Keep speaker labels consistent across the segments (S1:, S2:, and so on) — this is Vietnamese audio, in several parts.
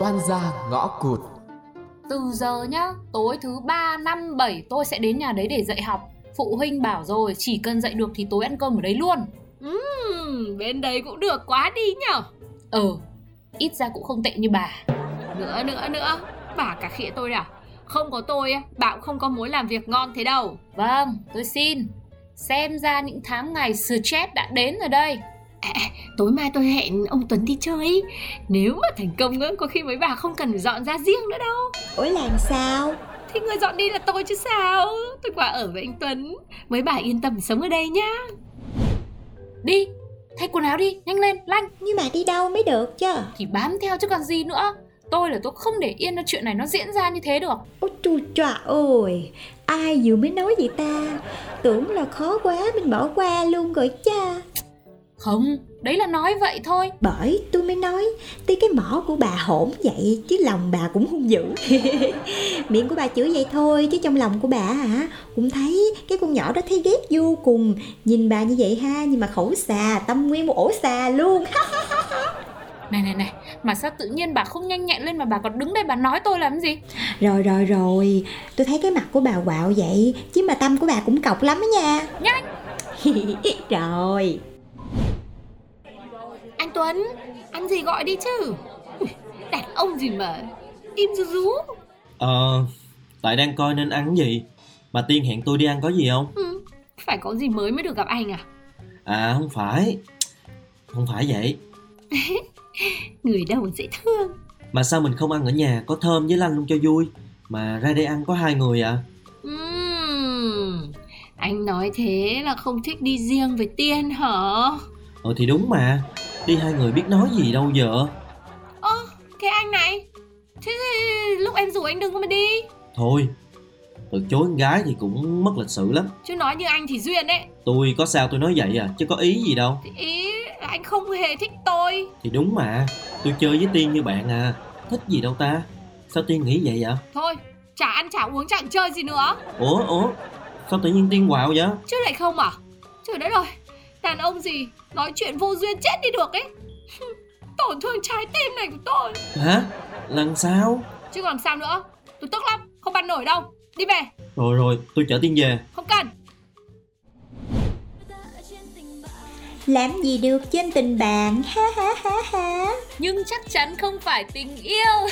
S1: Oan gia ngõ cụt
S2: Từ giờ nhá, tối thứ 3, 5, 7 tôi sẽ đến nhà đấy để dạy học Phụ huynh bảo rồi, chỉ cần dạy được thì tối ăn cơm ở đấy luôn
S3: Ừm, bên đấy cũng được quá đi nhở
S2: Ừ, ít ra cũng không tệ như bà
S3: Nữa nữa nữa, bà cả khịa tôi à Không có tôi, á, bà cũng không có mối làm việc ngon thế đâu
S2: Vâng, tôi xin Xem ra những tháng ngày stress đã đến rồi đây
S3: À, Tối mai tôi hẹn ông Tuấn đi chơi ý. Nếu mà thành công nữa, có khi mấy bà không cần phải dọn ra riêng nữa đâu
S4: Ủa làm sao?
S3: Thì người dọn đi là tôi chứ sao Tôi qua ở với anh Tuấn Mấy bà yên tâm sống ở đây nhá
S2: Đi, thay quần áo đi, nhanh lên, lanh
S4: Nhưng mà đi đâu mới được chứ?
S2: Thì bám theo chứ còn gì nữa Tôi là tôi không để yên cho chuyện này nó diễn ra như thế được
S4: Ôi tru trọa ôi Ai vừa mới nói vậy ta Tưởng là khó quá mình bỏ qua luôn rồi cha
S2: Không, đấy là nói vậy thôi
S4: Bởi tôi mới nói Tuy cái mỏ của bà hổn vậy Chứ lòng bà cũng hung dữ Miệng của bà chửi vậy thôi Chứ trong lòng của bà hả Cũng thấy cái con nhỏ đó thấy ghét vô cùng Nhìn bà như vậy ha Nhưng mà khẩu xà tâm nguyên một ổ xà luôn
S2: Này này này, mà sao tự nhiên bà không nhanh nhẹn lên mà bà còn đứng đây bà nói tôi làm gì
S4: Rồi rồi rồi Tôi thấy cái mặt của bà quạo vậy Chứ mà tâm của bà cũng cọc lắm đó nha
S2: Nhanh.
S4: Rồi
S3: Anh Tuấn, ăn gì gọi đi chứ Ui, Đàn ông gì mà Im rú rú
S5: Ờ, tại đang coi nên ăn cái gì Mà Tiên hẹn tôi đi ăn có gì không?
S3: Phải có gì mới mới được gặp anh à
S5: À không phải Không phải vậy
S3: Người đâu dễ thương
S5: Mà sao mình không ăn ở nhà có thơm với lanh luôn cho vui Mà ra đây ăn có hai người à
S3: Ừm, Anh nói thế là không thích đi riêng với Tiên hả
S5: Ờ thì đúng mà Đi hai người biết nói gì đâu vợ
S3: Thế anh này Thế thì lúc em rủ anh đừng có mà đi
S5: Thôi Từ chối con gái thì cũng mất lịch sự lắm
S3: Chứ nói như anh thì duyên đấy
S5: Tôi có sao tôi nói vậy à Chứ có ý gì đâu
S3: Thì Ý là anh không hề thích tôi
S5: Thì đúng mà Tôi chơi với Tiên như bạn à Thích gì đâu ta Sao Tiên nghĩ vậy vậy
S3: Thôi chả ăn chả uống chẳng chơi gì nữa
S5: Ủa ủa Sao tự nhiên Tiên quạo vậy
S3: Chứ lại không à Trời đất ơi Đàn ông gì Nói chuyện vô duyên chết đi được ấy Tổn thương trái tim này của tôi
S5: Hả Lần sao
S3: Chứ còn sao nữa Tôi tức lắm Không ăn nổi đâu Đi về
S5: Rồi rồi tôi chở Tiên về
S3: Không cần
S4: Làm gì được trên tình bạn Ha ha ha ha
S2: Nhưng chắc chắn không phải tình yêu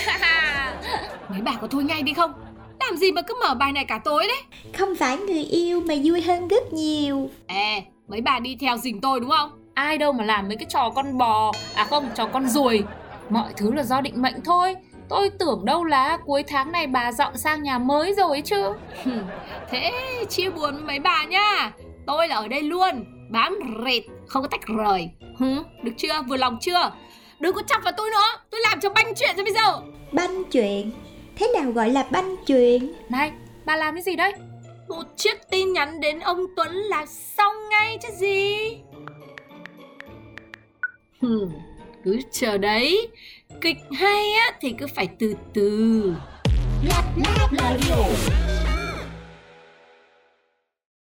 S3: Mấy bà có thôi ngay đi không Làm gì mà cứ mở bài này cả tối đấy
S4: Không phải người yêu mà vui hơn rất nhiều
S3: Ê Mấy bà đi theo dình tôi đúng không
S2: Ai đâu mà làm mấy cái trò con bò À không, trò con ruồi Mọi thứ là do định mệnh thôi Tôi tưởng đâu là cuối tháng này bà dọn sang nhà mới rồi chứ
S3: Thế chia buồn với mấy bà nha Tôi là ở đây luôn Bám rệt Không có tách rời Hứ, Được chưa vừa lòng chưa Đừng có chọc vào tôi nữa Tôi làm cho banh chuyện rồi bây giờ
S4: Banh chuyện Thế nào gọi là banh chuyện
S2: Này, bà làm cái gì đấy
S3: Một chiếc tin nhắn đến ông Tuấn là xong ngay chứ gì Hừ, Cứ chờ đấy Kịch hay á thì cứ phải từ từ
S6: Lát lát là điều